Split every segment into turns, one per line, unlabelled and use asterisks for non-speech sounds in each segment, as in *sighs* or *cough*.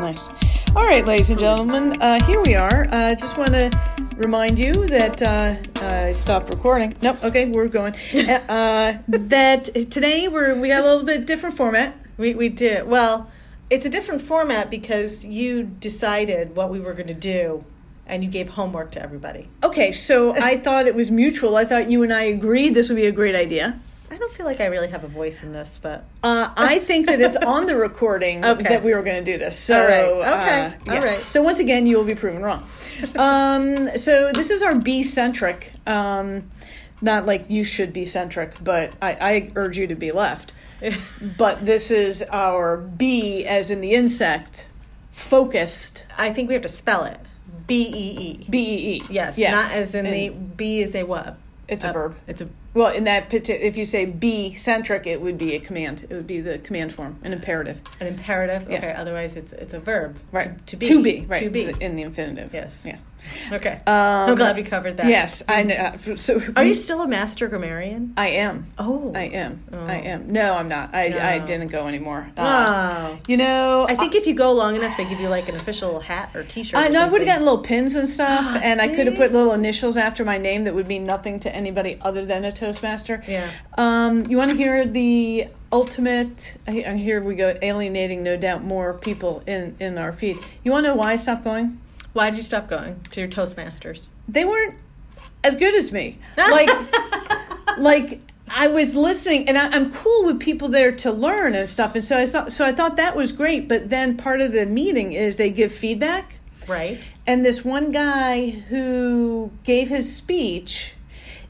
Nice. All right, ladies and gentlemen, uh, here we are. uh, just want to remind you that uh, I stopped recording. Nope. Okay, we're going. Uh, that today we're we got a little bit different format.
We we did well. It's a different format because you decided what we were going to do, and you gave homework to everybody.
Okay, so I thought it was mutual. I thought you and I agreed this would be a great idea.
I don't feel like I really have a voice in this, but
Uh, I think that it's on the recording
*laughs* Okay.
that we were going to do this. So,
All right.
uh,
Okay. All right.
So once again, you will be proven wrong. Um, so this is our bee centric. Um, not like you should be centric, but I, I urge you to be left.
*laughs*
but this is our bee, as in the insect, focused
I think we have to spell it B E E.
B E E.
Yes, not as in the uh, B is a what?
It's a verb.
It's a
Well, in that parti- if you say bee centric, it would be a command. It would be the command form, an imperative.
an imperative.
Yeah.
Okay, otherwise it's it's a verb.
Right.
To, to be.
To be. Right.
To be.
In the infinitive.
Yes.
Yeah.
Okay.
Um,
I'm glad we covered that.
Yes. I know. uh, So
Are you still a master grammarian?
I am.
Oh.
I am.
Oh.
I am. No, I'm not. I, I
No.
didn't go anymore. Uh,
Oh.
You know,
I think if you go long enough, they give you like an official hat or T-shirt.
I
or
know I would have
something. Ah,
gotten little pins and stuff, and I could have
See?
put little initials after my name that would mean nothing to anybody other than a Toastmaster.
Yeah.
Um, you want to hear the ultimate? I- And here we go, alienating no doubt more people in in our feed. You want to know why I stopped going?
Why would you stop going to your Toastmasters?
they weren't as good as me.
*laughs*
Like, like I was listening, and I, I'm cool with people there to learn and stuff. And so I thought, so I thought that was great. But then part of the meeting is they give feedback,
Right.
and this one guy who gave his speech,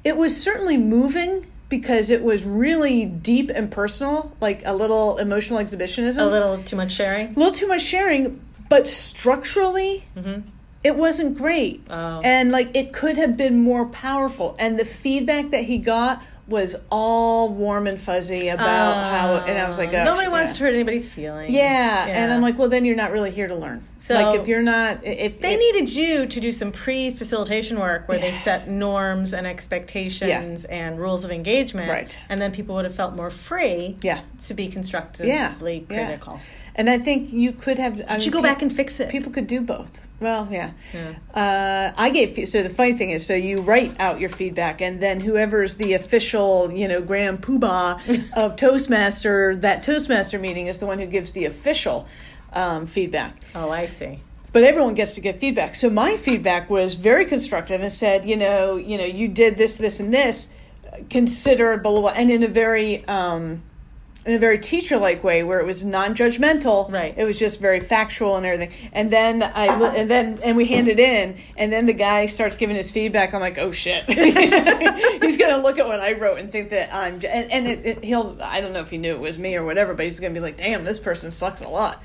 it was certainly moving because it was really deep and personal, like a little emotional exhibitionism
A little too much sharing.
a little too much sharing, but structurally,
Mm-hmm.
it wasn't great.
Oh.
And like it could have been more powerful. And the feedback that he got was all warm and fuzzy about how. And I was like, oh,
um, nobody
shit,
wants
yeah.
to hurt anybody's feelings.
Yeah. and I'm like, well, then you're not really here to learn.
So-
like, if you're not, if
They
if-
needed you to do some pre-facilitation work where they set norms and expectations and rules of engagement,
Right.
And then people would have felt more free,
Yeah.
to be constructively
yeah, yeah.
critical.
and I think you could have. I
You
mean,
should go
pe-
back and fix it.
People could do both. Well, yeah. Uh, I gave so the funny thing is so you write out your feedback and then whoever's the official you know grand poobah of Toastmaster that Toastmaster meeting is the one who gives the official um, feedback.
oh, I see.
But everyone gets to give feedback. So my feedback was very constructive and said you know you know you did this this and this consider blah blah, blah and in a very um, in a very teacher like way where it was non judgmental.
Right.
It was just very factual and everything. And then I li- and then and we hand it in, and then the guy starts giving his feedback. I'm like, oh shit, *laughs* he's gonna look at what I wrote and think that I'm j- and, and it, it, he'll I don't know if he knew it was me or whatever, but he's gonna be like, damn, this person sucks a lot.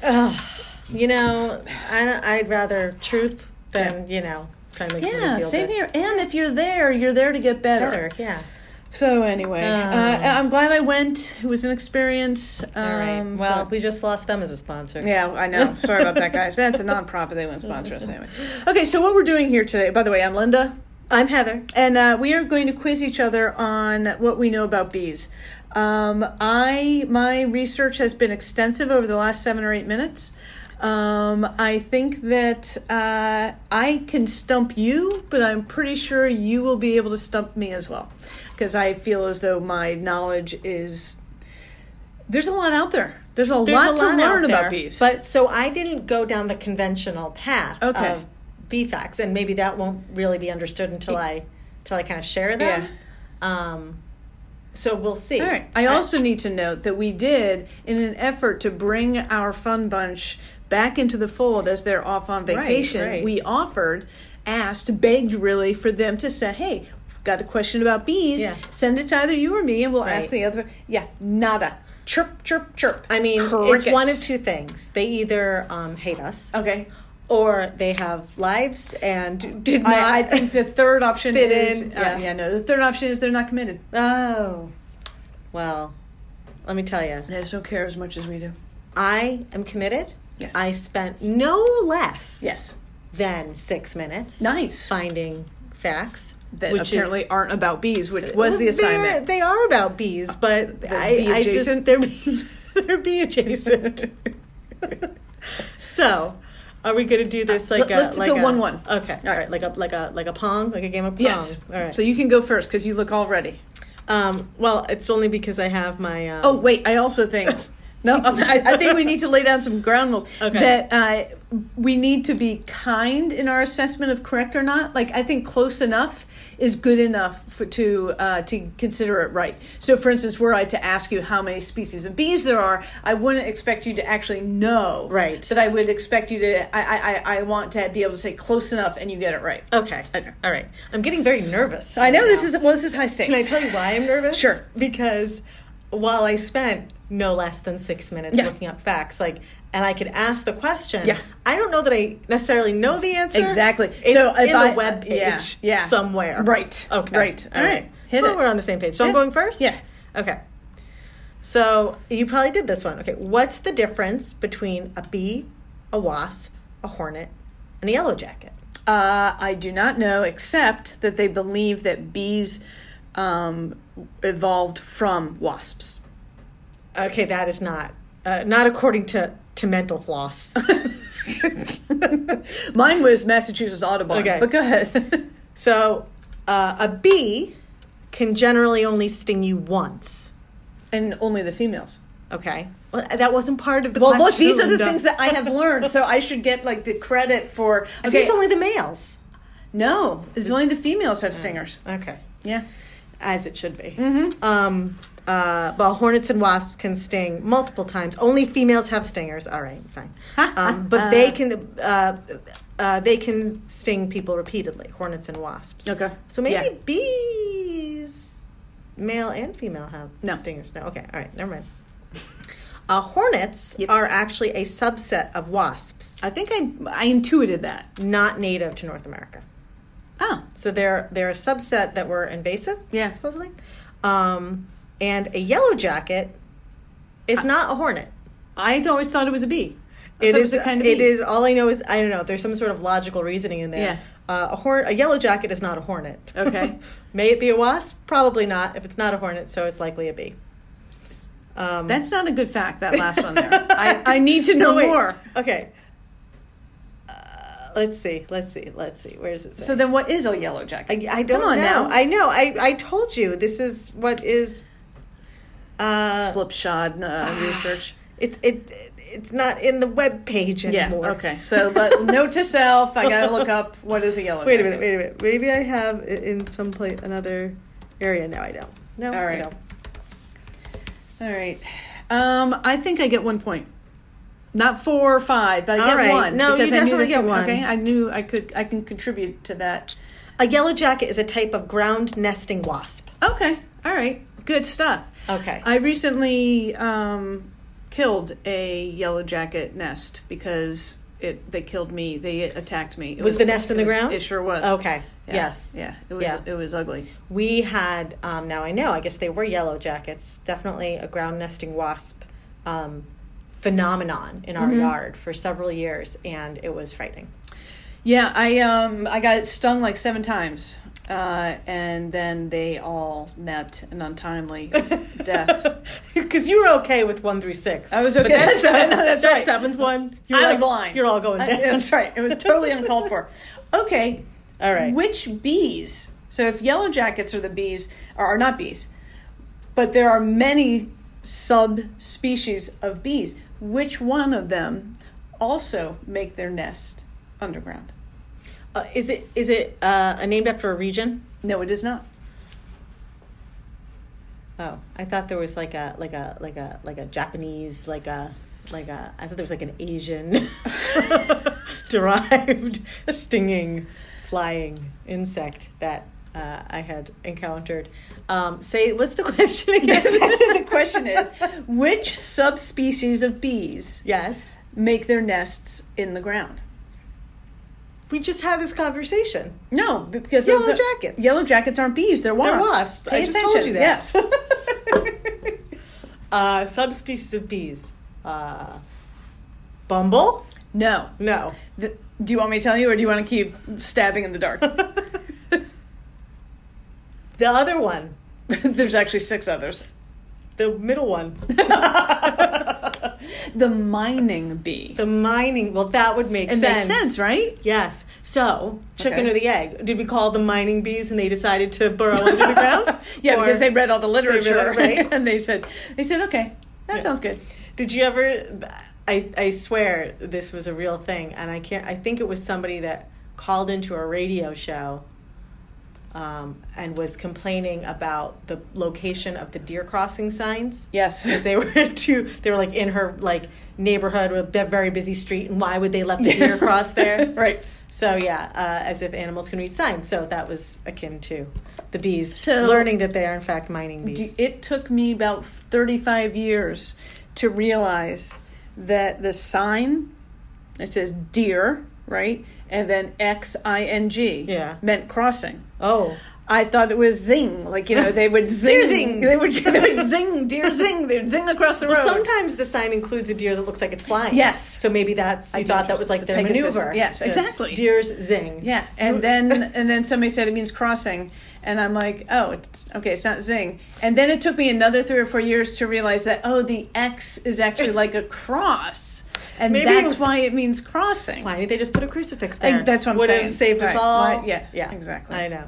You know, I, would rather truth than you know try to make
yeah,
somebody feel
same
good.
here. And if you're there, you're there to get better.
Better, Yeah.
So anyway, uh,
Ah.
I'm glad I went. It was an experience. Um,
All right. well,
but-
we just lost them as a sponsor.
Yeah, I know. Sorry about that, guys. That's a nonprofit. They wouldn't sponsor us anyway. Okay, so what we're doing here today, by the way, I'm Linda,
I'm Heather.
and uh, we are going to quiz each other on what we know about bees. Um, I my research has been extensive over the last seven or eight minutes. Um, I think that uh, I can stump you, but I'm pretty sure you will be able to stump me as well, because I feel as though my knowledge is there's a lot out there. There's a, lot, to
out
learn
there,
about bees.
But so I didn't go down the conventional path
Okay.
of bee facts, and maybe that won't really be understood until I until I kind of share them.
Yeah.
Um, so we'll see.
All right. I also need to note that we did, in an effort to bring our fun bunch back into the fold as they're off on vacation,
right.
we offered, asked, begged really for them to say, hey, got a question about bees,
Yeah.
send it to either you or me, and we'll ask
Right.
the other. Yeah, nada. Chirp, chirp, chirp.
I mean, it's
Crickets.
one of two things. They either um, hate us,
Okay.
or they have lives and did not.
I, I
*laughs*
think the third *laughs* option
Fit
is
in,
uh,
yeah.
yeah, no. The third option is they're not committed.
oh, well, let me tell you.
They just don't care as much as we do.
I am committed.
Yes.
I spent no less
Yes.
than six minutes
Nice.
finding facts
That
which is-
apparently aren't about bees, which was the
They're-
assignment. Uh,
They are about bees, but I,
bee
I just *laughs*
adjacent?
they're bee- they're bee adjacent. So, are we going to do this like
Let- Uh, let's
a like
go
a,
one-one.
Okay, all right, like a like a like a pong, like a game of pong.
Yes.
All right.
So you can go first because you look all ready.
um, well, it's only because I have my. Um,
Oh wait, I also *laughs* think. No, I, I think we need to lay down some ground rules.
Okay.
That uh, we need to be kind in our assessment of correct or not. Like I think close enough is good enough for, to uh, to consider it right. So, for instance, were I to ask you how many species of bees there are, I wouldn't expect you to actually know.
Right.
But I would expect you to. I I, I- I want to be able to say close enough, and you get it right.
Okay. All right. I'm getting very nervous.
I know this
now.
is well. This is high stakes.
Can I tell you why I'm nervous?
Sure.
Because while I spent no less than six minutes
Yeah.
looking up facts, like, and I could ask the question.
Yeah.
I don't know that I necessarily know the answer.
Exactly.
It's
So if
in
I- uh,
the web page
yeah, yeah.
somewhere.
Right.
Okay.
Right.
All
All
right.
right. Hit
so
it.
we're on the same page. So
Yeah.
I'm going first.
Yeah.
Okay. So you probably did this one. Okay. What's the difference between a bee, a wasp, a hornet, and a yellow jacket?
Uh, I do not know, except that they believe that bees um, evolved from wasps.
Okay, that is not uh, not according to to mental
*laughs*
floss.
Mine was Massachusetts Audubon,
Okay.
but go ahead. *laughs*
so uh, a bee can generally only sting you once.
and only the females.
Okay, well that wasn't part of the
Well,
question.
look, these are the
Linda.
things that I have learned, so I should get like the credit *laughs* for.
I think it's only the males.
no, it's only the females have stingers.
Okay,
Yeah,
as it should be.
Mm-hmm.
Um, uh, well, hornets and wasps can sting multiple times. Only females have stingers. All right,
*laughs*
fine. Um, but they can uh, uh, they can sting people repeatedly. Hornets and wasps.
Okay.
So maybe
Yeah.
bees, male and female, have
No.
stingers. No. Okay. All right. Never mind. Uh, hornets
Yep.
are actually a subset of wasps,
I think I I intuited that.
not native to North America.
Oh,
So they're they're a subset that were invasive.
Yeah.
supposedly. Um, and a yellow jacket
Uh,
is not a hornet.
I always thought it was a bee. I
It
thought
is
it was a kind of
it
bee.
is all I know is I don't know. There's some sort of logical reasoning in there.
Yeah.
Uh, a horn a yellow jacket is not a hornet.
Okay.
*laughs* May it be a wasp? Probably not. If it's not a hornet, so it's likely a bee. Um,
That's not a good fact. That last one
*laughs*
there. I, I need to know
wait.
more.
Okay. Uh, let's see. Let's see. Let's see. Where does it say?
So then, what is a yellow jacket?
I, I don't
Come on
know.
now.
I know. I, I told you this is what is. Uh,
slipshod *sighs* uh, research.
*sighs* it's it it's not in the web page
Yeah.
anymore.
Okay. So,
*laughs*
but note to self: I gotta look up what is a yellow.
Wait a
jacket.
minute. Wait a minute. Maybe I have it in some place another area. No, I don't. No.
All right.
I don't.
All right. Um, I think I get one point. Not four or five, but I
All
get
right.
one.
No, you
because I knew
definitely
that-
get one.
Okay, I knew I could. I can contribute to that.
A yellow jacket is a type of ground nesting wasp.
Okay. All right. Good stuff.
Okay.
I recently um, killed a yellow jacket nest because it they killed me. They attacked me. It
Was the nest in
it
the
was-
ground?
It sure was.
okay.
Yeah.
Yes.
Yeah. It was.
Yeah.
It was ugly.
We had um, now I know. I guess they were yellow jackets. Definitely a ground nesting wasp um, phenomenon in our
Mm-hmm.
yard for several years, and it was
*laughs*
frightening. *laughs*
Yeah, I um I got stung like seven times, uh, and then they all met an
*laughs*
untimely death.
Because you were okay with one through six.
I was
But
okay.
*laughs* that's,
I know, *laughs* that's
that
right.
seventh one.
Out
like,
of line.
You're all going
I-
down.
that's right. It was totally uncalled for. *laughs* Okay.
All right.
Which bees? So if yellow jackets are the bees, or are not bees, but there are many subspecies of bees. Which one of them also make their nest underground?
Uh, is it is it uh, named after a region?
No, it is not. *laughs*
Oh, I thought there was like a like a like a like a Japanese like a like a I thought there was like an Asian *laughs* derived stinging flying insect that uh, I had encountered. Um, say what's the *laughs* question
the
*laughs* again?
question is which subspecies of bees
yes,
make their nests in the ground?
we just had this conversation. uh,
No, because
Yellow
those are-
jackets.
Yellow jackets aren't bees; they're wasps.
wasps. I
Pay
just told you
attention. Yes.
Uh, subspecies of bees. Uh, bumble?
*laughs* no.
No.
Th- do you want me to tell you, or do you want to keep stabbing in the dark?
The other one.
*laughs* There's actually six others.
The middle one.
The mining bee.
The mining. Well, that would make
It makes
sense.
sense, right?
Yes. So, chicken
Okay.
or the egg? Did we call them mining bees, and they decided to burrow under the ground?
*laughs* Yeah,
Or-
because they read all the
read it,
literature,
right?
*laughs* and they said they said, okay, that sounds good.
Did you ever? I I swear this was a real thing, and I can't. I think it was somebody that called into a radio show, um, and was complaining about the location of the deer crossing signs.
Yes.
because they were *laughs* too. They were like in her like neighborhood with a very busy street, and why would they let the
Yes.
deer
*laughs*
cross there?
*laughs* right.
So yeah, uh, as if animals can read signs. So that was akin to the bees
So-
learning that they are in fact mining bees.
Do- It took me about 35 years to realize that the sign it says deer, right? And then X I N G
Yeah.
meant crossing.
oh,
I thought it was zing, like you know they
*laughs*
would zing,
Deer zing.
they would *laughs* they would zing, deer zing, they would zing across the
Well,
road.
sometimes the sign includes a deer that looks like it's flying.
Yes.
So maybe that's you
I do
thought that was like
the
their
Pegasus.
maneuver.
Yes,
The
exactly.
Deer's zing.
Yeah, and then
*laughs*
and then somebody said it means crossing, and I'm like, oh, it's okay, it's not zing. And then it took me another three or four years to realize that oh, the X is actually like a cross, and
Maybe
that's
it-
why it means crossing.
Why did they just put a crucifix
I-
there?
that's what I'm
Would
saying.
have saved us
Right.
all.
Why- yeah,
Yeah.
exactly.
I know.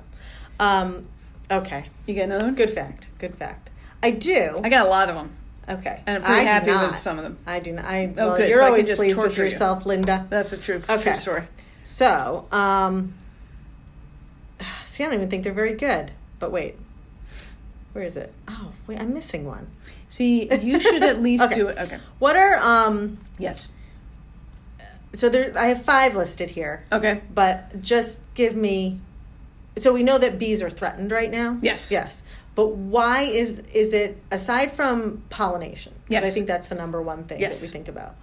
Um, okay.
You get another one?
Good fact. Good fact. I do.
I got a lot of them,
okay.
and I'm pretty
I do
happy
not.
with some of them.
I do not. I,
Oh,
well,
good,
You're
so I can
always
just
pleased with
torture you.
yourself, Linda.
That's a true,
Okay.
true story.
So, um, see, I don't even think they're very good. But wait, where is it? Oh, wait, I'm missing one.
See, you should at least
*laughs* Okay.
do it. Okay.
What are um?
Yes.
So there, I have five listed here,
Okay.
but just give me. So we know that bees are threatened right now.
Yes.
Yes. But why is is it aside from pollination? 'cause I
Yes.
think that's the number one thing
Yes.
that we think about.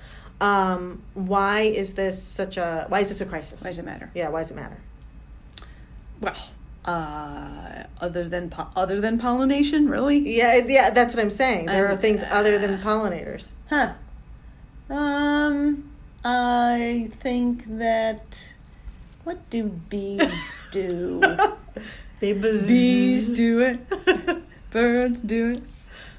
Um, why is this such a? Why is this a crisis?
Why does it matter?
Yeah. Why does it matter?
Well, uh, other than po- other than pollination, really?
Yeah, it- yeah, that's what I'm saying. There are
I'm-
things
*laughs*
other than pollinators.
Huh. Um, I think that. What do bees do? *laughs*
They buzz.
bees do it. Birds do it.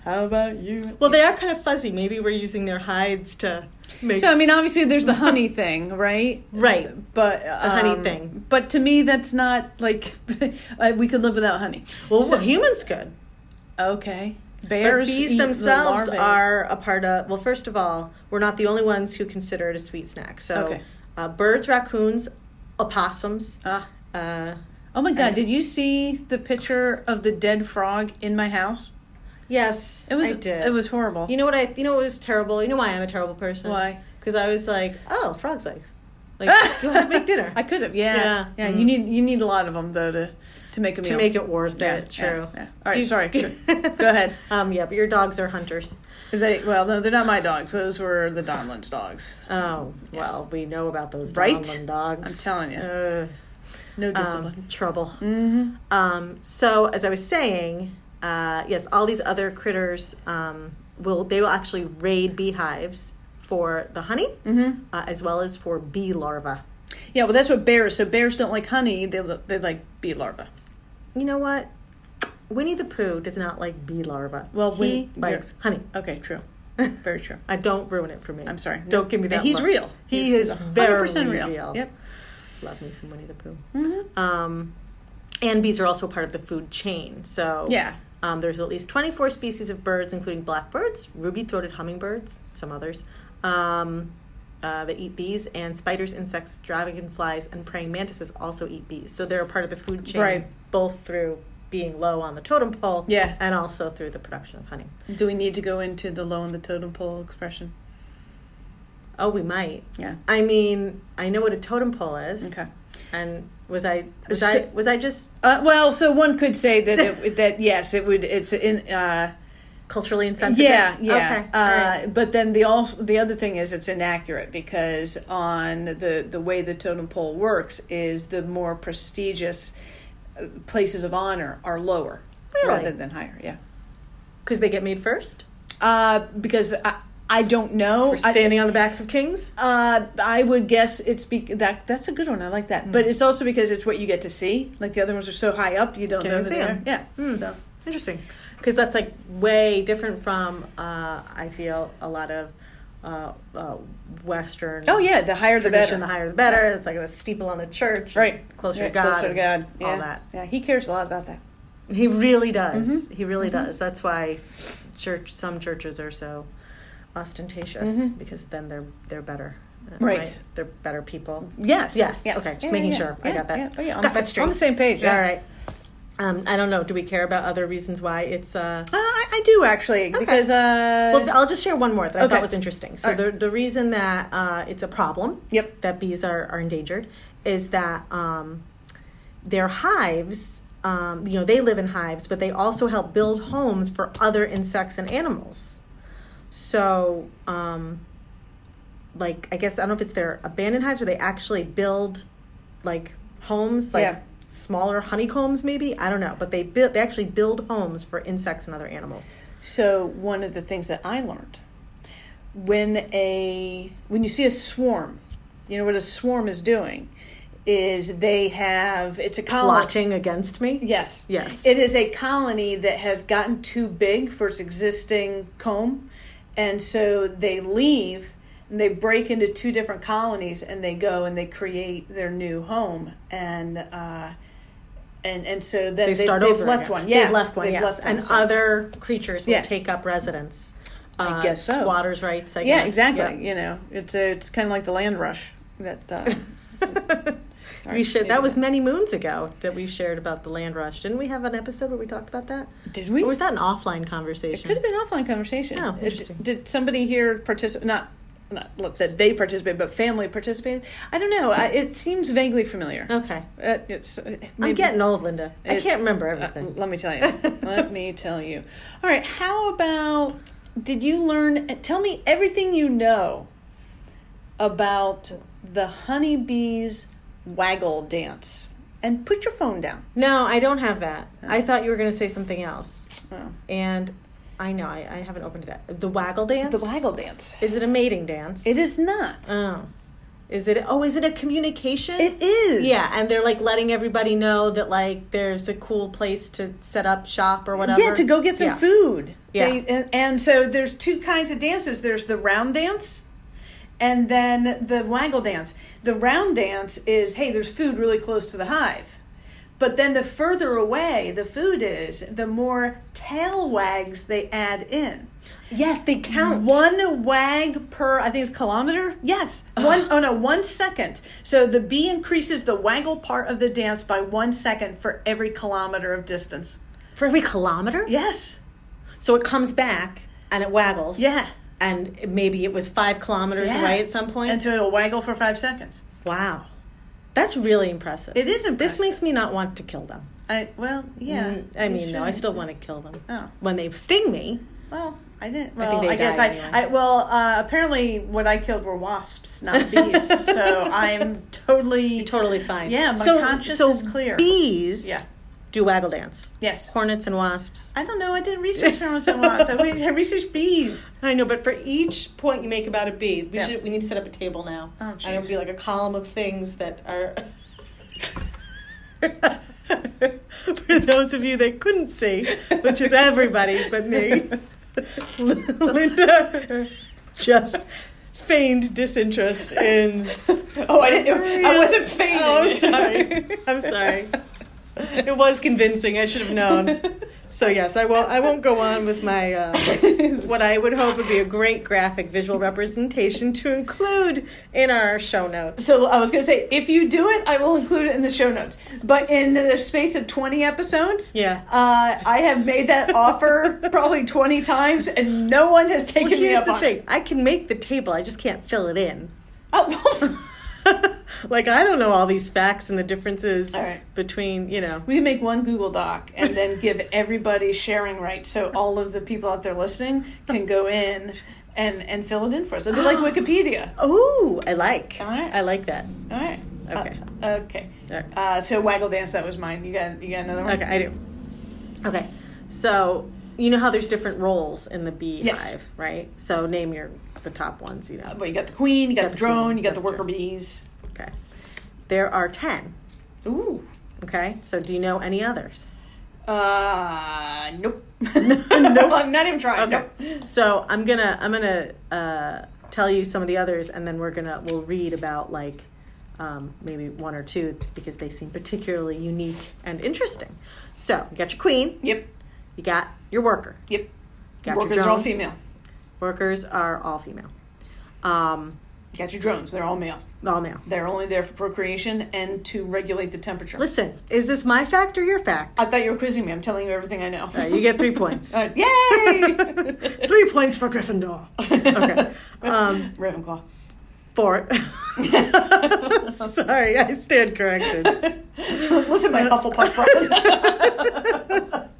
How about you?
*laughs* Well, they are kind of fuzzy. Maybe we're using their hides to make.
So I mean, obviously, there's the honey *laughs* thing, right?
right.
But
honey
um,
thing.
But to me, that's not like *laughs* uh, we could live without honey.
Well,
So-
humans could.
okay.
But
Bears.
bees
eat the
themselves
larvae.
are a part of. Well, first of all, we're not the only ones who consider it a sweet snack. So,
Okay.
uh, birds, raccoons, opossums.
Ah.
Uh,
oh my God! Did you see the picture of the dead frog in my house?
yes,
It was.
I did.
It was horrible.
You know what I? You know what was terrible. You know why I'm a terrible person?
Why?
Because I was like, oh, frog's legs.
*laughs*
Like, you had to make dinner.
I could have, yeah,
Yeah.
yeah.
Mhm.
You need you need a lot of them though to to make a
to
meal.
make it worth
Yeah,
it.
yeah,
True.
yeah. All right,
Do- *laughs*
sorry. Go ahead.
Um, yeah, but your dogs are hunters.
They, well, no, they're not my dogs. Those were the Donlin's dogs.
Oh well, we know about those
Right?
Newfoundland dogs.
I'm telling you.
Ugh.
No discipline.
um, trouble.
mm-hmm.
Um, so as I was saying, uh, yes, all these other critters um, will they will actually raid beehives for the honey
Mhm.
uh, as well as for bee larvae.
Yeah, well, that's what bears. So bears don't like honey. They they like bee larvae.
You know what? Winnie the Pooh does not like bee larvae.
Well,
he
Winnie-
likes honey. *laughs*
Okay, true. Very true.
I don't ruin it for me.
I'm sorry.
Don't give me that.
He's
look.
real.
He
He's
is very
100%
real.
Yep.
Love me some Winnie the Pooh.
hmm
Um, and bees are also part of the food chain. So
Yeah.
um, there's at least 24 species of birds, including blackbirds, ruby-throated hummingbirds, some others. Um, uh, that eat bees and spiders, insects, dragonflies, and praying mantises also eat bees. So they're a part of the food chain,
Right.
both through being low on the totem pole,
Yeah.
and also through the production of honey.
Do we need to go into the low on the totem pole expression?
Oh, we might.
Yeah.
I mean, I know what a totem pole is.
Okay.
And was I was
So-
I was I just
Uh, well, so one could say that it, that *laughs* yes, it would. It's in. Uh,
culturally insensitive?
Yeah, yeah.
Okay.
Uh,
all right.
But then the also the other thing is it's inaccurate because on the the way the totem pole works is the more prestigious uh, places of honor are lower
Really?
rather than higher. Yeah,
Because they get made first
uh, because I, Oh, I don't know.
for standing on the backs of kings.
I, uh, I would guess it's be- that that's a good one. I like that, but
Hmm.
it's also because it's what you get to see. Like the other ones are so high up, you don't
Can't
know
even
that they
see Hmm.
are. Yeah. So
Interesting, because that's like way different from uh, I feel a lot of uh, uh, Western.
Oh yeah, the higher the better.
tradition, the higher the better. It's like a steeple on the church,
Right.
Closer
Yeah,
to God,
Closer to God.
and
Yeah.
all that.
Yeah, he cares a lot about that.
He really does.
Mm-hmm.
He really does. That's why church some churches are so ostentatious
Mhm.
because then they're they're better. uh,
Right.
They're better people.
Yes.
Yes. Okay. Just making sure I got that.
Yeah. Oh, yeah. On,
Got
the,
that
sa-
straight.
on the same page. Yeah.
All right. Um, I don't know. Do we care about other reasons why it's uh,
Uh, I, I do actually because uh,
Well, I'll just share one more that I
Okay.
thought was interesting. So
All
the, the reason that uh, it's a problem
Yep.
that bees are, are endangered is that um, their hives, um, you know, they live in hives, but they also help build homes for other insects and animals. So, um, like, I guess I don't know if it's their abandoned hives or they actually build like homes, like
Yeah.
smaller honeycombs, maybe. I don't know, but they build they actually build homes for insects and other animals.
So one of the things that I learned when a when you see a swarm, you know what a swarm is doing is they have it's a colony.
Plotting against me.
Yes.
Yes.
It is a colony that has gotten too big for its existing comb, and so they leave and they break into two different colonies and they go and they create their new home and. Uh, and and so then
they start
have
over.
left
again.
one. Yeah,
they've left one.
They've
yes,
left one,
and
so-
other creatures will
Yeah.
take up residence. Uh,
guess so.
Squatters' rights. I
Yeah,
guess.
exactly. You know, it's a, it's kind of like the land rush that.
*laughs*
Uh,
Yeah. We shared that was many moons ago that we shared about the land rush. Didn't we have an episode where we talked about that?
Did we?
Or was that an offline
it
conversation?
could have been an offline conversation.
Oh,
It-
interesting.
did somebody here participate? Not. Not let- that they participated, but family participated. I don't know. I, it seems vaguely familiar.
Okay,
Uh, it's. uh,
Oh. I'm
maybe-
getting old, Linda. I
It-
can't remember
Uh,
everything.
let me tell you. let
*laughs*
me tell you. All right. How about? Did you learn? Tell me everything you know about the honeybees waggle dance, and put your phone down.
no, I don't have that. I thought you were going to say something else,
Oh.
and I know I, I haven't opened it up. The waggle dance.
The waggle dance.
Is it a mating dance?
It is not.
Oh, is it? Oh, is it a communication?
It is.
Yeah, and they're like letting everybody know that like there's a cool place to set up shop or whatever.
Yeah, to go get some
Yeah.
food.
Yeah.
They- and, and so there's two kinds of dances. There's the round dance and then the waggle dance. The round dance is, hey, there's food really close to the hive. But then the further away the food is, the more tail wags they add in.
Yes, they count.
One wag per, I think it's kilometer. Yes, one. Oh no, one second. So the bee increases the waggle part of the dance by one second for every kilometer of distance.
for every kilometer.
Yes.
So it comes back and it waggles.
Yeah.
And maybe it was five kilometers
Yeah.
away at some point.
And so it'll waggle for five seconds.
wow, that's really impressive.
It is impressive.
This makes me not want to kill them.
I well, yeah.
Mm, I
you
mean, no, I
should.
still want to kill them.
Oh.
When they sting me,
Well, I didn't. Well, I,
they
guess I,
die anyway.
I. Well, uh, apparently, what I killed were wasps, *laughs* not bees. so I'm totally.
totally fine.
Yeah, my
so,
conscience
so
is clear.
Bees
Yeah.
do waggle dance.
Yes.
Hornets and wasps.
I don't know. I didn't research hornets and wasps. I re- I researched bees.
I know, but for each point you make about a bee, we
Yeah.
should we need to set up a table now.
Oh,
and it'll be
jeez.
like a column of things that are. *laughs* for those of you that couldn't see, which is everybody
*laughs*
but me, Linda just feigned disinterest in.
Oh, I didn't. I wasn't fainting.
Oh, I'm sorry. I'm sorry. It was convincing. I should have known. So yes, I won't. I won't go on with my uh, what I would hope would be a great graphic visual representation to include in our show notes.
*laughs* So I was going to say, if you do it, I will include it in the show notes. But in the space of 20 episodes,
Yeah.
uh, I have made that offer probably 20 times, and no one has taken
Well,
me
here's
up
the
on
thing.
it.
I can make the table. I just can't fill it in.
Oh, well,
*laughs*
*laughs*
like I don't know all these facts and the differences
All right.
between you know.
we can make one Google Doc and then give everybody sharing rights, so all of the people out there listening can go in and and fill it in for us. It'll be
*gasps*
like Wikipedia.
Oh, I like.
All right.
I like that.
All right.
Okay.
Uh, okay.
All right.
Uh, so waggle dance. That was mine. You got you got another one.
Okay, I do. Okay, so you know how there's different roles in the bee
Yes.
hive, right? So name your the top ones. You know.
Well, you got the queen. You got, the
queen,
drone. You got
got
the
the
worker
drone.
bees.
Okay, there are ten.
Ooh.
Okay, so do you know any others?
Uh, *laughs*
*laughs*
nope. no, I'm not even trying.
Okay, so I'm gonna I'm gonna uh, tell you some of the others, and then we're gonna we'll read about like um, maybe one or two because they seem particularly unique and interesting. So you got your queen,
Yep.
you got your worker,
Yep.
you got
Workers
your
are all
drone.
female.
Workers are all female, um,
You got your drones. They're all male.
all male.
They're only there for procreation and to regulate the temperature.
Listen, is this my fact or your fact?
I thought you were quizzing me. I'm telling you everything I know.
All right, you get three
*laughs*
points.
All right. Uh, Yay!
*laughs* three points for Gryffindor. Okay. Um,
Ravenclaw.
four. *laughs* Sorry, I stand
*laughs*
corrected. Uh,
Listen,
*laughs*
my Hufflepuff friend.
*laughs*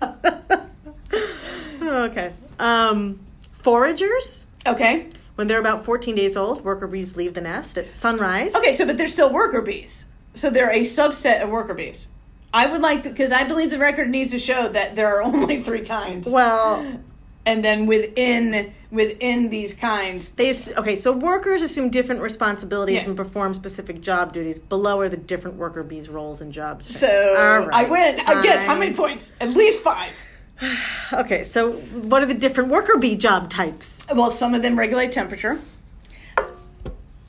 Okay. Um, foragers.
*laughs* okay.
When they're about 14 days old, worker bees leave the nest at sunrise.
Okay, so but they're still worker bees. So they're a subset of worker bees. I would like because I believe the record needs to show that there are *laughs* only three kinds.
Well,
and then within within these kinds,
they ass- okay. So workers assume different responsibilities
Yeah.
and perform specific job duties. Below are the different worker bees' roles and jobs.
so I win again. How many points? At least five.
Okay, so what are the different worker bee job types?
*laughs* Well, some of them regulate temperature.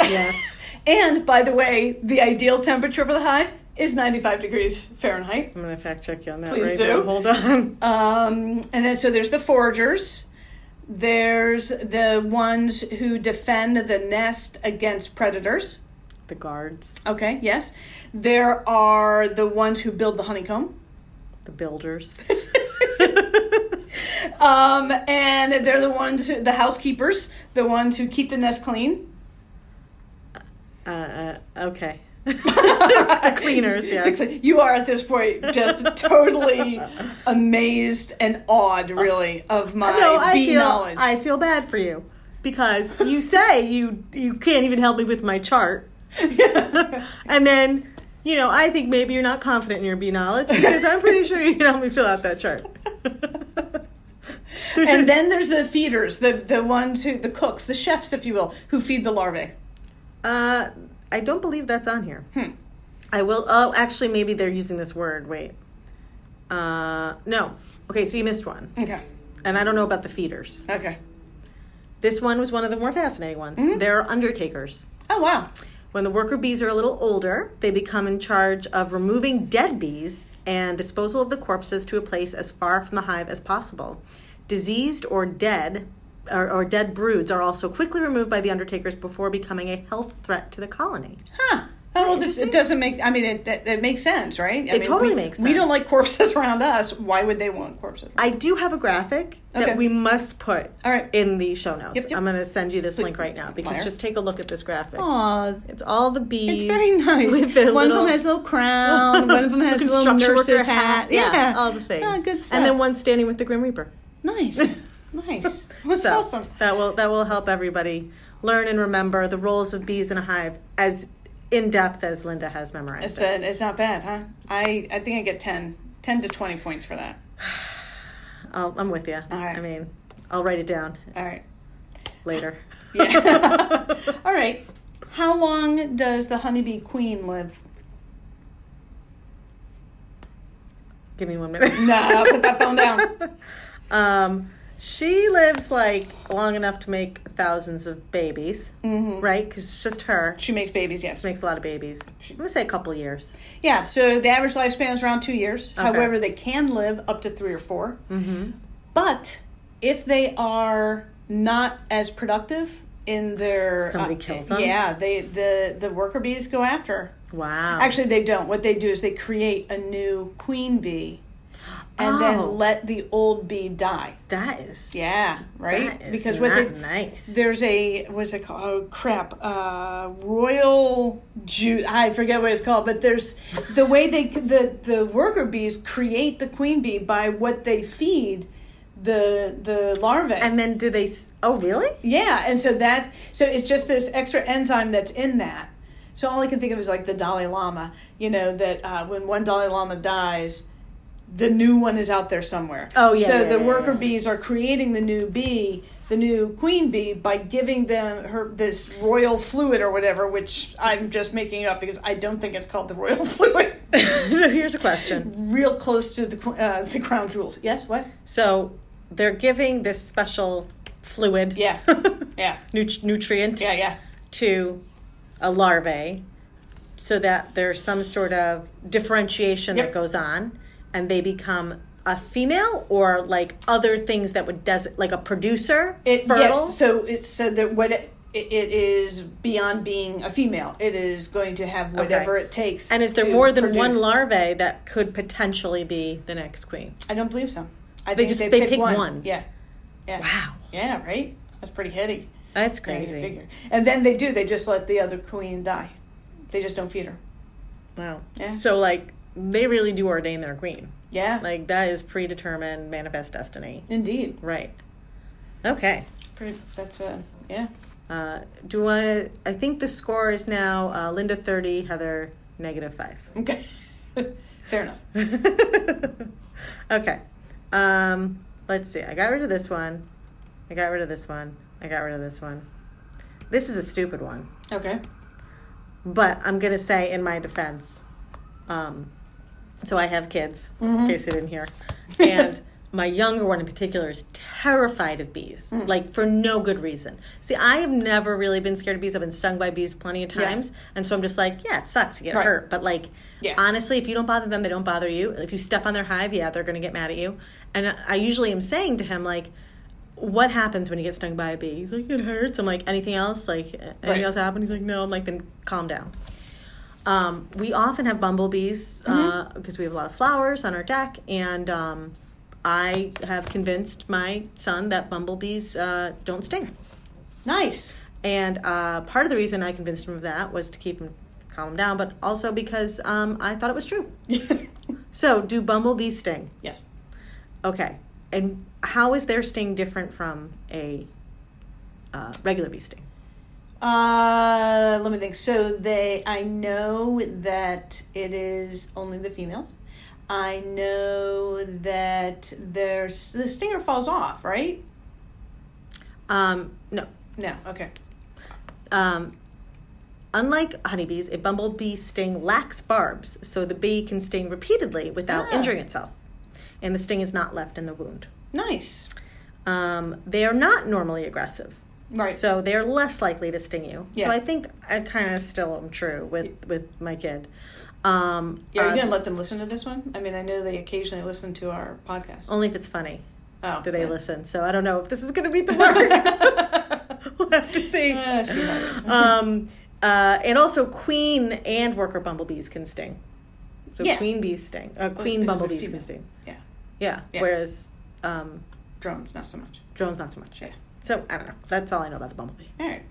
Yes.
And by the way, the ideal temperature for the hive is 95 degrees Fahrenheit.
I'm gonna fact check you on that.
Please
right
do.
now. Hold on.
Um, and then so there's the foragers. There's the ones who defend the nest against predators.
The guards,
Okay, yes. There are the ones who build the honeycomb. *laughs*
the builders.
Um, and they're the ones, who, the housekeepers, the ones who keep the nest clean.
Uh, uh, okay. *laughs* the cleaners, yes.
You are at this point just totally amazed and awed, really, of my
No, I
bee
feel
knowledge.
I feel bad for you because you say you you can't even help me with my chart, and then you know I think maybe you're not confident in your B knowledge because I'm pretty sure you can help me fill out
*laughs*
that chart. There's
*laughs*
a-
and then there's the feeders, the the ones who the cooks, the chefs, if you will, who feed the larvae.
Uh, I don't believe that's on here.
Hmm,
I will. Oh, actually, maybe they're using this word. Wait. Uh, no. Okay, so you missed one,
Okay.
and I don't know about the feeders.
Okay.
This one was one of the more fascinating ones.
Mm-hmm.
They're undertakers.
Oh wow.
When the worker bees are a little older, they become in charge of removing dead bees and disposal of the corpses to a place as far from the hive as possible. Diseased or dead or, or dead broods are also quickly removed by the undertakers before becoming a health threat to the colony.
Huh. Oh, well, this, it doesn't make. I mean, it, it, it makes sense, right? I
It
mean,
totally
we-
makes
We don't
sense.
like corpses *laughs* around us. Why would they want corpses?
I do have a graphic
Okay.
that we must put
All right.
in the show notes.
Yep, yep.
I'm going to send you this link right now because
Liar.
just take a look at this graphic.
Aw,
It's all the bees.
it's very nice.
With their
one of
little,
them has a little crown. one
*laughs*
of them has a little
construction worker
nurse's hat.
Yeah, Oh. all the things.
Oh, good stuff.
And then one's standing with the Grim Reaper. *laughs*
nice, nice. That's
so
awesome.
that will that will help everybody learn and remember the roles of bees in a hive as in depth as Linda has memorized.
It's
it.
a, it's not bad, huh? I I think I get 10, 10 to twenty points for that.
I'll, I'm with you.
right.
I mean, I'll write it down
All right.
later.
*laughs*
*laughs*
Yeah. All right. How long does the honeybee queen live?
Give me one minute.
No, put that phone down.
*laughs* Um, she lives like long enough to make thousands of babies, mm-hmm. right? Because it's just her.
She makes babies, yes.
She makes a lot of babies. I'm gonna say a couple years.
Yeah, so the average lifespan is around two years.
Okay.
However, they can live up to three or 4 Mm-hmm. But if they are not as productive in their uh,
Somebody kills them?
Yeah, they the the worker bees go after. her.
Wow.
Actually, they don't. What they do is they create a new queen bee, and
Oh.
then let the old bee die.
that is
Yeah, right.
that is
because
not
what they
nice.
there's a what's it called? Oh crap! Uh, royal Jew. I forget what it's called, but there's the way they the the worker bees create the queen bee by what they feed the the larvae.
And then do they? s- Oh, really?
yeah, and so that so it's just this extra enzyme that's in that. So all I can think of is like the Dalai Lama. You know that uh, when one Dalai Lama dies. The new one is out there somewhere.
Oh, yeah,
So
yeah,
the
yeah,
worker
yeah.
bees are creating the new bee, the new queen bee, by giving them her this royal fluid or whatever, which I'm just making up because I don't think it's called the royal *laughs*
*laughs*
fluid.
so here's a question.
Real close to the qu- uh, the crown jewels. Yes, what?
So they're giving this special fluid, *laughs*
Yeah. Yeah.
nut- nutrient,
Yeah. Yeah.
to a larvae so that there's some sort of differentiation that
Yep.
goes on and they become a female or like other things that would des- like a producer
It,
fertile
Yes. So it's so that what it, it is beyond being a female. It is going to have whatever it takes.
and is there
to
more than one
produce.
larvae that could potentially be the next queen
I don't believe so. I
they
think
just- they pick one.
Yeah. Yeah.
wow
Yeah. Right. That's pretty heady.
that's
Yeah, you
crazy
figure. And then they do. They just let the other queen die. They just don't feed her.
wow
Yeah.
so like they really do ordain their queen
Yeah.
like that is predetermined manifest destiny
Indeed.
right okay
Pretty. That's a. Yeah.
Uh, do you want to? I think the score is now uh, Linda 30, Heather negative 5.
Okay. *laughs* Fair enough.
*laughs* okay. Um, let's see. I got rid of this one. I got rid of this one. I got rid of this one. This is a stupid one.
Okay.
But I'm going to say, in my defense, um, so I have kids,
Mm-hmm.
in case you didn't hear.
*laughs*
And my younger one in particular is terrified of bees,
Mm.
like for no good reason. See, I have never really been scared of bees. I've been stung by bees plenty of
Yeah.
times. And so I'm just like, yeah, it sucks to get
Right.
hurt. But like,
Yeah.
honestly, if you don't bother them, they don't bother you. If you step on their hive, yeah, they're going to get mad at you. And I- I usually am saying to him, like, what happens when you get stung by a bee? He's like, it hurts. I'm like, anything else? Like, anything
Right.
else happen? He's like, no. I'm like, then calm down. Um, we often have bumblebees because
Mm-hmm.
we have a lot of flowers on our deck, and um, I have convinced my son that bumblebees uh, don't sting.
Nice. *laughs*
And uh, part of the reason I convinced him of that was to keep him calm him down, but also because um, I thought it was true. So, do bumblebees sting?
yes.
Okay. And how is their sting different from a uh, regular bee sting?
Uh, let me think. So they, I know that it is only the females. I know that there's the stinger falls off, right?
Um, no.
No. Okay.
Um, unlike honeybees, a bumblebee sting lacks barbs, so the bee can sting repeatedly without
Ah.
injuring itself. And the sting is not left in the wound.
Nice.
Um, they are not normally aggressive.
Right.
So they're less likely to sting you.
Yeah.
So I think I kind of still am true with with my kid. Um,
yeah, are you
uh,
gonna let them listen to this one? I mean, I know they occasionally listen to our podcast.
only if it's funny
Oh,
do they
yeah.
listen. So I don't know if this is going to beat
*laughs*
the mark. we'll have to see.
Uh, see how it is.
um, uh, and also, queen and worker bumblebees can sting. So
Yeah.
queen bees sting. Uh,
it
queen
was a
bumblebees
female.
can sting.
Yeah.
Yeah.
Yeah.
Whereas um,
Drones, not so much.
drones, not so much.
Yeah.
So I don't know. That's all I know about the bumblebee.
All right.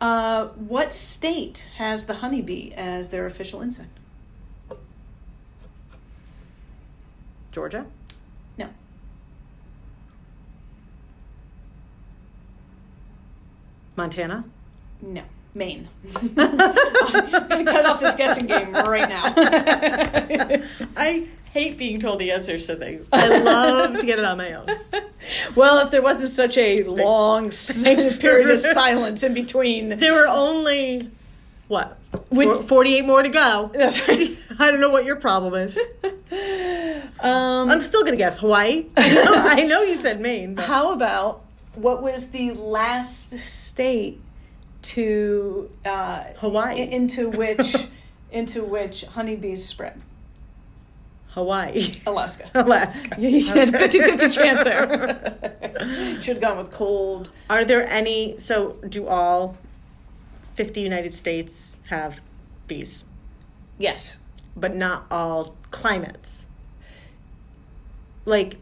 Uh, what state has the honeybee as their official insect?
Georgia.
No.
Montana.
No. Maine. *laughs* I'm going to cut off this guessing game right *laughs*
*laughs*
now.
I hate being told the answers to things. I love to get it on my own.
well, if there wasn't such a long
*laughs* Thanks
period
for- *laughs*
of silence in between.
There were only what
Would-
Four- forty-eight more to go.
That's right.
*laughs* I don't know what your
*laughs*
problem is.
Um,
I'm still gonna guess
*laughs*
Hawaii. I know, I know you said Maine. but-
how about what was the last state to uh,
Hawaii.
in- into which into which honeybees spread?
Hawaii, *laughs*
Alaska.
Alaska.
*laughs*
*laughs*
You had a
Okay.
50 50 chance *laughs* there. Should have gone with cold.
Are there any? So, do all fifty United States have bees?
Yes.
but not all climates. Like,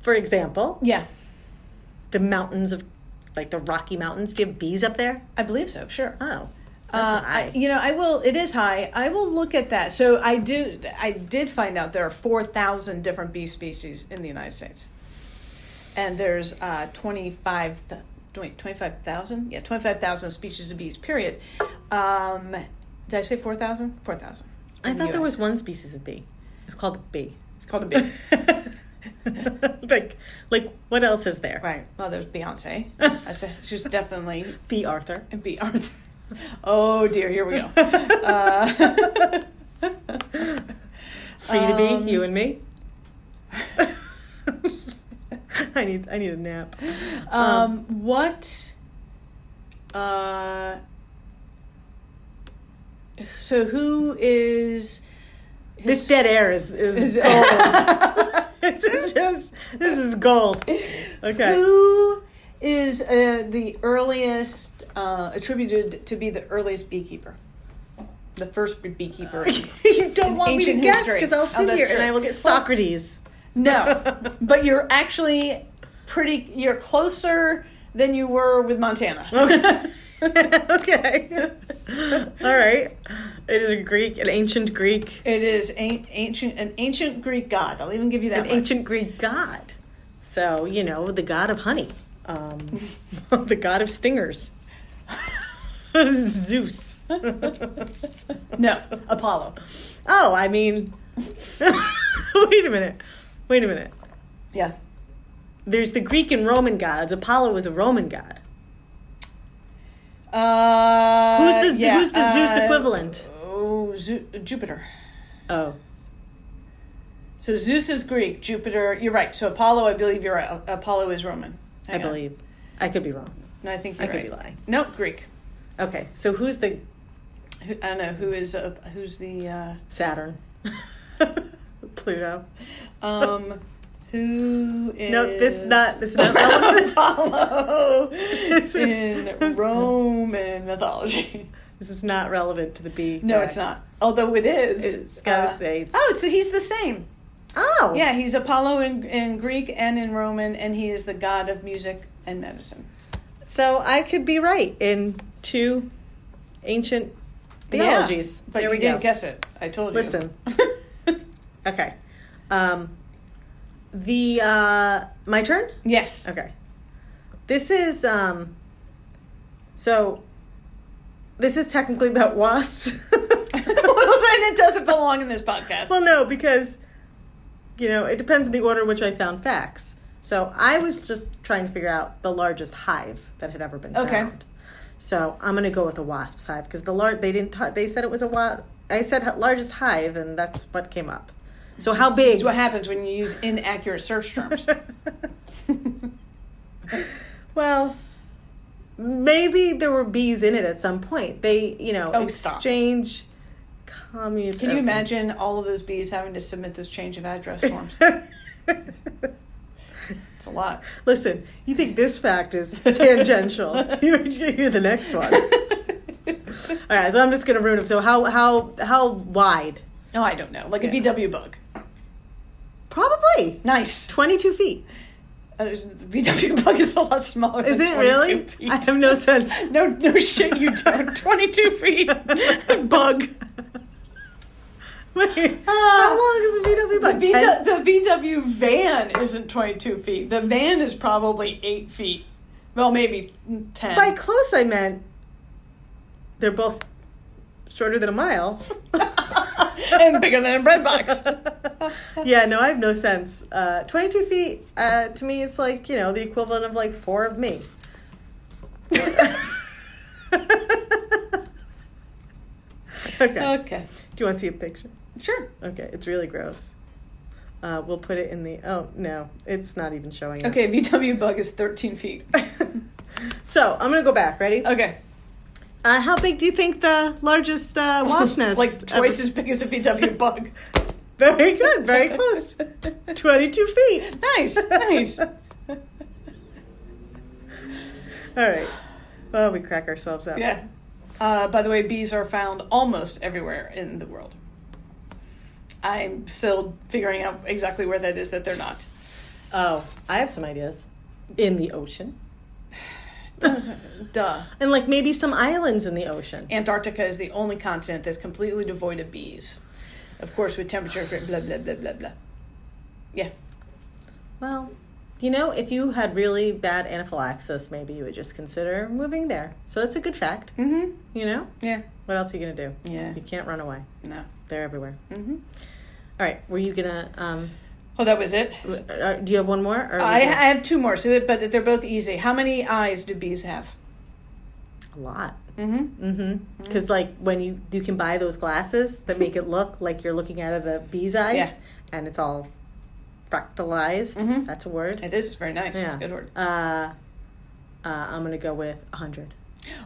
for example,
Yeah.
the mountains of, like the Rocky Mountains, do you have bees up there?
I believe so, sure.
Oh, that's
Uh, I,
high.
you know, I will. It is high. I will look at that. So I do. I did find out there are four thousand different bee species in the United States, and there's uh, twenty five. 25,000? Yeah, 25,000 species of bees, period. Um, did I say 4,000? 4,000.
I
in the
thought there
US.
was one species of bee. It's called a bee.
It's called a bee.
*laughs* like, like what else is there?
right. Well, there's
*laughs*
Beyonce. That's a, she's definitely
Bee Arthur.
and be Arthur. *laughs* Oh dear, here we
*laughs*
go. Uh, *laughs*
Free to
Um,
be you and me. *laughs* I need I need a nap.
Um,
Um,
what? Uh, so who is
This dead air is is,
Is-
gold. *laughs* this is just this is gold. Okay.
who is uh, the earliest uh, attributed to be the earliest beekeeper? The first beekeeper.
*laughs* you don't want me
Ancient
to guess
history.
because I'll
Oh,
sit
that's
here
true.
and I will get Socrates. *laughs*
no, but you're actually pretty. You're closer than you were with Montana.
Okay. *laughs* okay. All right. It is a Greek, an ancient Greek,
It is an ancient, an ancient Greek god. I'll even give you that.
an
much.
ancient Greek god. So you know the god of honey, um, *laughs* the god of stingers, *laughs* Zeus.
No, Apollo.
Oh, I mean, *laughs* wait a minute. Wait a minute.
Yeah.
There's the Greek and Roman gods. Apollo was a Roman god.
Uh,
Who's the
yeah,
Who's the Zeus
uh,
equivalent?
Oh, Zu- Jupiter.
Oh,
So Zeus is Greek. Jupiter. You're right. So Apollo, I believe you're right. A- Apollo is Roman.
I
Hang on.
believe. I could be wrong.
No, I think
I
you're
could
right.
be lying.
Nope, Greek.
Okay, so who's the
Who, I don't know who is uh, who's the uh,
Saturn? *laughs* Pluto.
um who is
*laughs* No, this is not. This is not
*laughs*
relevant.
Apollo
*laughs* This is-
in Roman mythology.
this is not relevant to the bee.
No, it's
facts.
not. Although it is.
It's gotta say it's-
Oh, it's, he's the same.
Oh,
Yeah, he's Apollo in, in Greek and in Roman, and he is the god of music and medicine.
So I could be right in two ancient theologies.
Yeah, but
there
you
we
didn't
go.
guess it. I told you.
Listen. okay. Um, the uh, my turn.
*laughs* yes.
Okay. This is um. So. This is technically about wasps.
*laughs*
*laughs*
*laughs* well, then it doesn't belong in this podcast.
well, no, because you know it depends on the order in which I found facts. So I was just trying to figure out the largest hive that had ever been
Okay.
found. So I'm gonna go with the wasp's hive because the large they didn't ta- they said it was a wa- I said h- largest hive and that's what came up. So how big?
It's what happens when you use inaccurate search terms.
well, maybe there were bees in it at some point. They, you know,
Oh, stop.
exchange commutes.
Can you
okay.
imagine all of those bees having to submit this change of address
*laughs*
forms? It's a lot.
Listen, you think this fact is *laughs* tangential? you you hear the next one. All right, so I'm just gonna ruin them. So how how how wide?
No, I don't know. Like a
Yeah.
VW bug.
Probably
Nice.
22 feet.
Uh, the VW *laughs* bug is a lot smaller.
Is
than
it really?
22
I
Feet.
have no *laughs* sense.
*laughs* No, no shit, you don't.
*laughs*
Twenty-two feet bug.
Wait,
Ah.
how long is a VW
The,
bug?
v-
Ten-
the VW van isn't 22 feet. The van is probably 8 feet. Well, maybe 10.
By
*laughs*
close, I meant they're both shorter than a mile.
and bigger than a bread
*laughs*
box.
yeah, no, I have no sense. Uh, 22 feet uh, to me is like, you know, the equivalent of like four of me. *laughs* okay.
Okay.
Do you want to see a picture?
Sure.
Okay, it's really gross. Uh, we'll put it in the. Oh, no, it's not even showing. up.
Okay, VW bug is 13 feet. *laughs*
So I'm going to go back. Ready?
Okay.
Uh, how big do you think the largest uh,
*laughs*
wasp nest?
like twice as big as a *laughs* VW bug.
Very
*laughs*
good. Very close. 22 feet.
nice, nice.
All right. Well, we crack ourselves up.
Yeah. Uh, by the way, bees are found almost everywhere in the world. I'm still figuring out exactly where that is that they're not.
Oh, I have some ideas. In the ocean.
Doesn't- Duh.
And like maybe some islands in the ocean.
Antarctica is the only continent that's completely devoid of bees. Of course, with temperature, blah, blah, blah, blah, blah. Yeah.
Well, you know, if you had really bad anaphylaxis, maybe you would just consider moving there. So that's a good fact.
Mm hmm.
You know?
Yeah.
What else are you going to do?
Yeah.
You can't run away.
No.
They're everywhere.
Mm hmm.
All right. Were you going to. Um,
Oh, that was it.
w- uh, do you have one more? Or are we
I, I
good?
have two more, so that, but they're both easy. How many eyes do bees have?
A lot.
Mm-hmm.
Mm-hmm. Because like when you you can *laughs* buy those glasses that make it look like you're looking out of the bee's eyes,
Yeah.
and it's all fractalized.
Mhm.
That's a word.
It is very nice. It's a good word.
Uh, uh, I'm gonna go with hundred.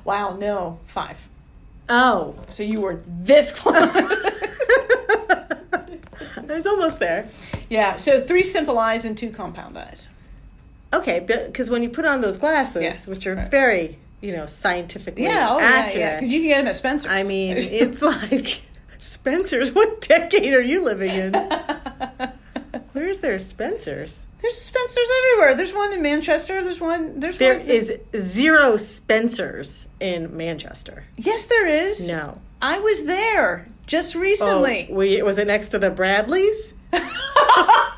Wow, no, five.
Oh, *laughs*
So you were this *laughs* close.
I was almost there.
yeah, so three simple eyes and two compound eyes.
Okay, because when you put on those glasses,
Yeah.
which are
Right.
very, you know, scientifically
Yeah, oh,
accurate.
yeah, yeah. Because you can get them at Spencer's. *laughs*
I mean, it's like Spencer's. *laughs* What decade are you
*laughs*
living in? Where is there Spencer's?
There's Spencers everywhere. There's one in Manchester. There's one. There's
There
one.
is zero Spencer's in Manchester.
Yes, there is.
No.
I was there just recently.
Oh, we, was it next to the Bradleys? *laughs* Oh.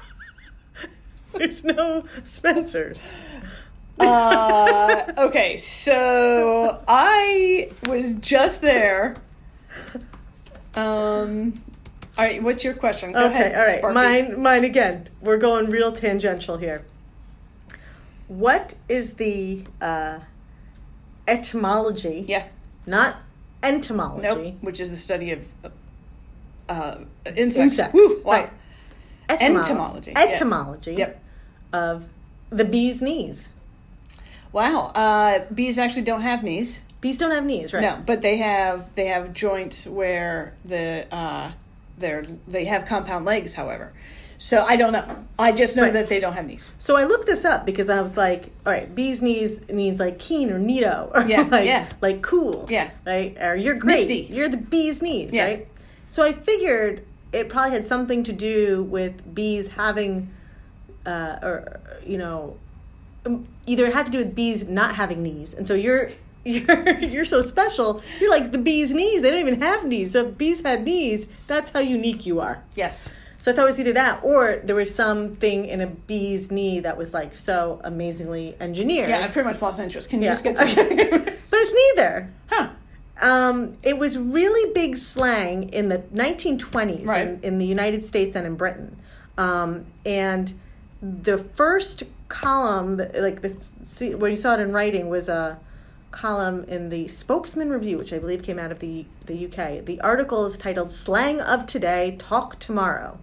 *laughs*
There's no Spencer's.
uh, okay, so I was just there. Um, all right, what's your question? Go
okay,
ahead,
all right.
Sparky.
Mine, mine again. We're going real tangential here. What is the uh, etymology?
Yeah.
Not entomology.
Nope. Which is the study of uh, insects.
Insects, Oh.
Woo, wow.
right. Etymolo-
Entomology, yeah.
Etymology
Yep.
of the bee's knees.
Wow. Uh, bees actually don't have knees.
Bees don't have knees, right?
No, but they have they have joints where the uh, they're they have compound legs. However, so I don't know. I just know
Right.
that they don't have knees.
So I looked this up because I was like, all right, bees knees means like keen or neato *laughs* or
Yeah,
like
yeah.
like cool.
Yeah.
Right? Or you're great.
Nifty.
You're the bees knees,
Yeah.
right? So I figured it probably had something to do with bees having uh, or you know um, either it had to do with bees not having knees. And so you're *laughs* you're you're so special. You're like the bees knees. They don't even have knees. So if bees had knees, that's how unique you are.
Yes.
So I thought it was either that or there was something in a bee's knee that was like so amazingly engineered.
Yeah, I pretty much lost interest. Can you
Yeah.
just get to
but it's neither.
*laughs* Huh.
Um, it was really big slang in the 1920s
Right.
in, in the United States and in Britain. Um, and the first column, that- like this, see, when you saw it in writing, was a column in the Spokesman Review, which I believe came out of the, the UK. The article is titled Slang of Today, Talk Tomorrow.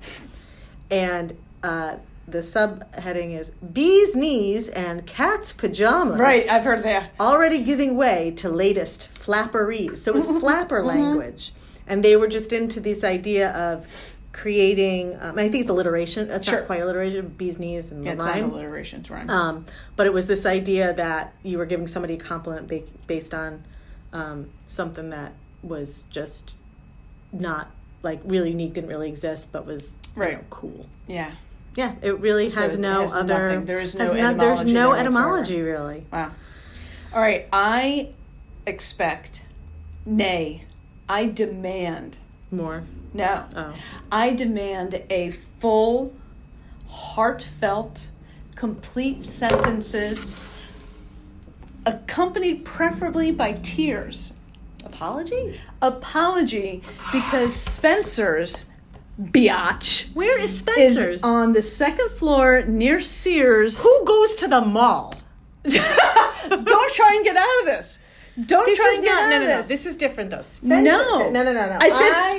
And uh, the subheading is Bees' Knees and Cats' Pajamas
Right, I've heard that.
already giving way to latest flapperese. So it
Mm-hmm.
was flapper language. And they were just into this idea of creating, um, I think it's alliteration. That's
Sure.
not quite alliteration, bees knees and the
It's not
line.
alliteration. It's rhyme.
Um, but it was this idea that you were giving somebody a compliment ba- based on um, something that was just not like really unique, didn't really exist, but was you
Right.
know, cool.
yeah.
Yeah, it really
So
has
it
no
has
other.
nothing- there is no
has
etymology
There's no
there whatsoever.
etymology really.
Wow. All right. I expect, nay, I demand.
More.
No.
Oh.
I demand a full, heartfelt, complete sentences, accompanied preferably by tears.
Apology?
Apology because Spencer's biatch
Where is
is
Spencer's?
on the second floor near Sears.
Who goes to the mall?
*laughs* Don't try and get out of this. Don't try and get out of this.
is different though.
No.
no, no, no, no.
I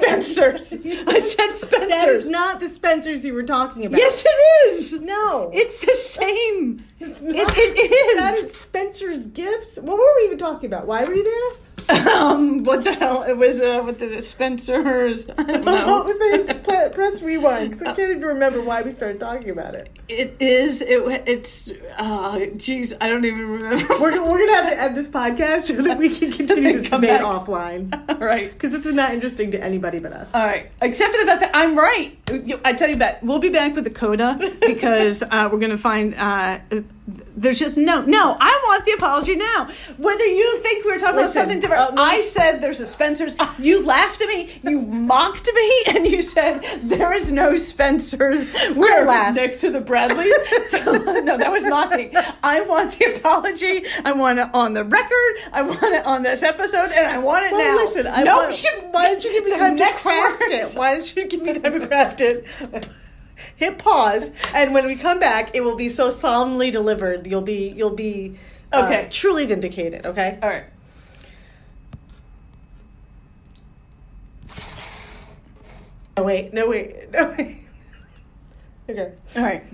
said
*laughs*
Spencer's. I said
That is
Spencer's.
not the Spencers you were talking about.
Yes, it is.
No.
It's the same.
not.
it- it is.
That is Spencer's gifts. What were we even talking about? Why were you there?
Um, what the hell? It was uh, with the Spencers. *laughs* I don't
*laughs* what
know.
was that? Pre- Press rewind because I can't even remember why we started talking about it.
it is. It, it's. Uh, geez, I don't even remember. *laughs*
We're, we're gonna have to end this podcast so that we can continue this
Come
debate
back.
offline
All right.
because this is not interesting to anybody but us.
All right. Except for the fact that I'm right. You- I tell you that we'll be back with the
*laughs*
coda because uh, we're going to find. Uh, there's just no, no. I want the apology now. Whether you think we were talking about
Listen,
something different,
uh,
I said there's a Spencer's. You laughed at me. You mocked me, *laughs* and you said there is no Spencer's. We're
laughed.
next to the Bradleys. so *laughs* no, that was mocking. I want the apology. I want it on the record. I want it on this episode, and I want it
Well,
now.
listen, I
no,
want-
why did you give me
time to craft it. Why don't you give me time to craft it? *laughs* Hit pause, and when we come back, it will be so solemnly delivered. You'll be you'll be uh,
Okay.
truly vindicated. Okay.
All right.
No wait, no wait, no wait. Okay,
All right.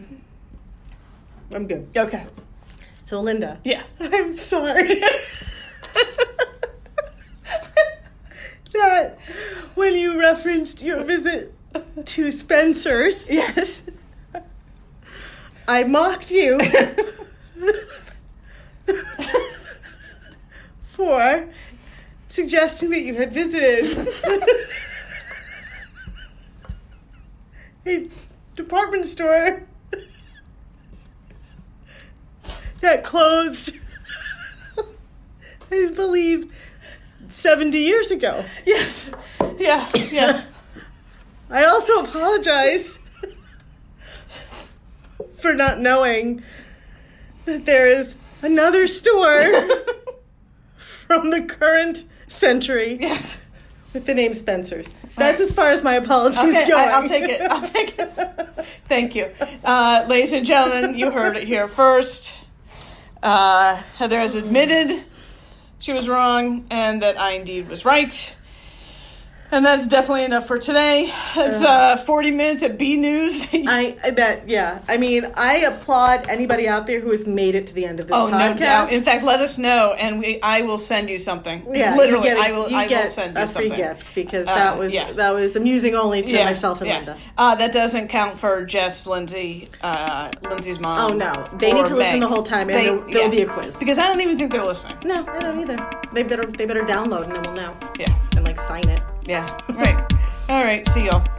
I'm good.
Okay.
So, Linda,
*laughs* Yeah.
I'm sorry. that when you referenced your visit to Spencer's,
Yes.
I mocked you for suggesting that you had visited a department store that closed, I believe, 70 years ago.
Yes. Yeah. Yeah.
*laughs* I also apologize for not knowing that there is
*laughs*
another store from the current century
yes.
with the name Spencer's.
right.
That's as far as my apologies
Okay,
go.
I, I'll take it. I'll take it. *laughs* Thank you. Uh, ladies and gentlemen, you heard it here first. Uh, Heather has admitted she was wrong and that I indeed was right. And that's definitely enough for today. It's uh, 40 minutes at B News.
*laughs*
*laughs*
I I- that yeah. I mean, I applaud anybody out there who has made it to the end of this
oh,
podcast.
no doubt. In fact, let us know and we, I will send you something.
yeah, you
Literally,
get a-
I will,
you
I
get
will send you
a free
something.
gift because
Uh,
that was
yeah.
that was amusing only to
Yeah,
myself and
yeah.
Linda.
Uh, that doesn't count for Jess, Lindsay, uh, Lindsay's mom.
Oh no, they need
or
to listen
Meg.
the whole time, and
They-
there'll, there'll
yeah.
be a quiz.
Because I don't even think they're listening.
No, I don't either. They better they better download and then we'll know
Yeah.
and like sign it. *laughs*
Yeah. Right. All right. See y'all.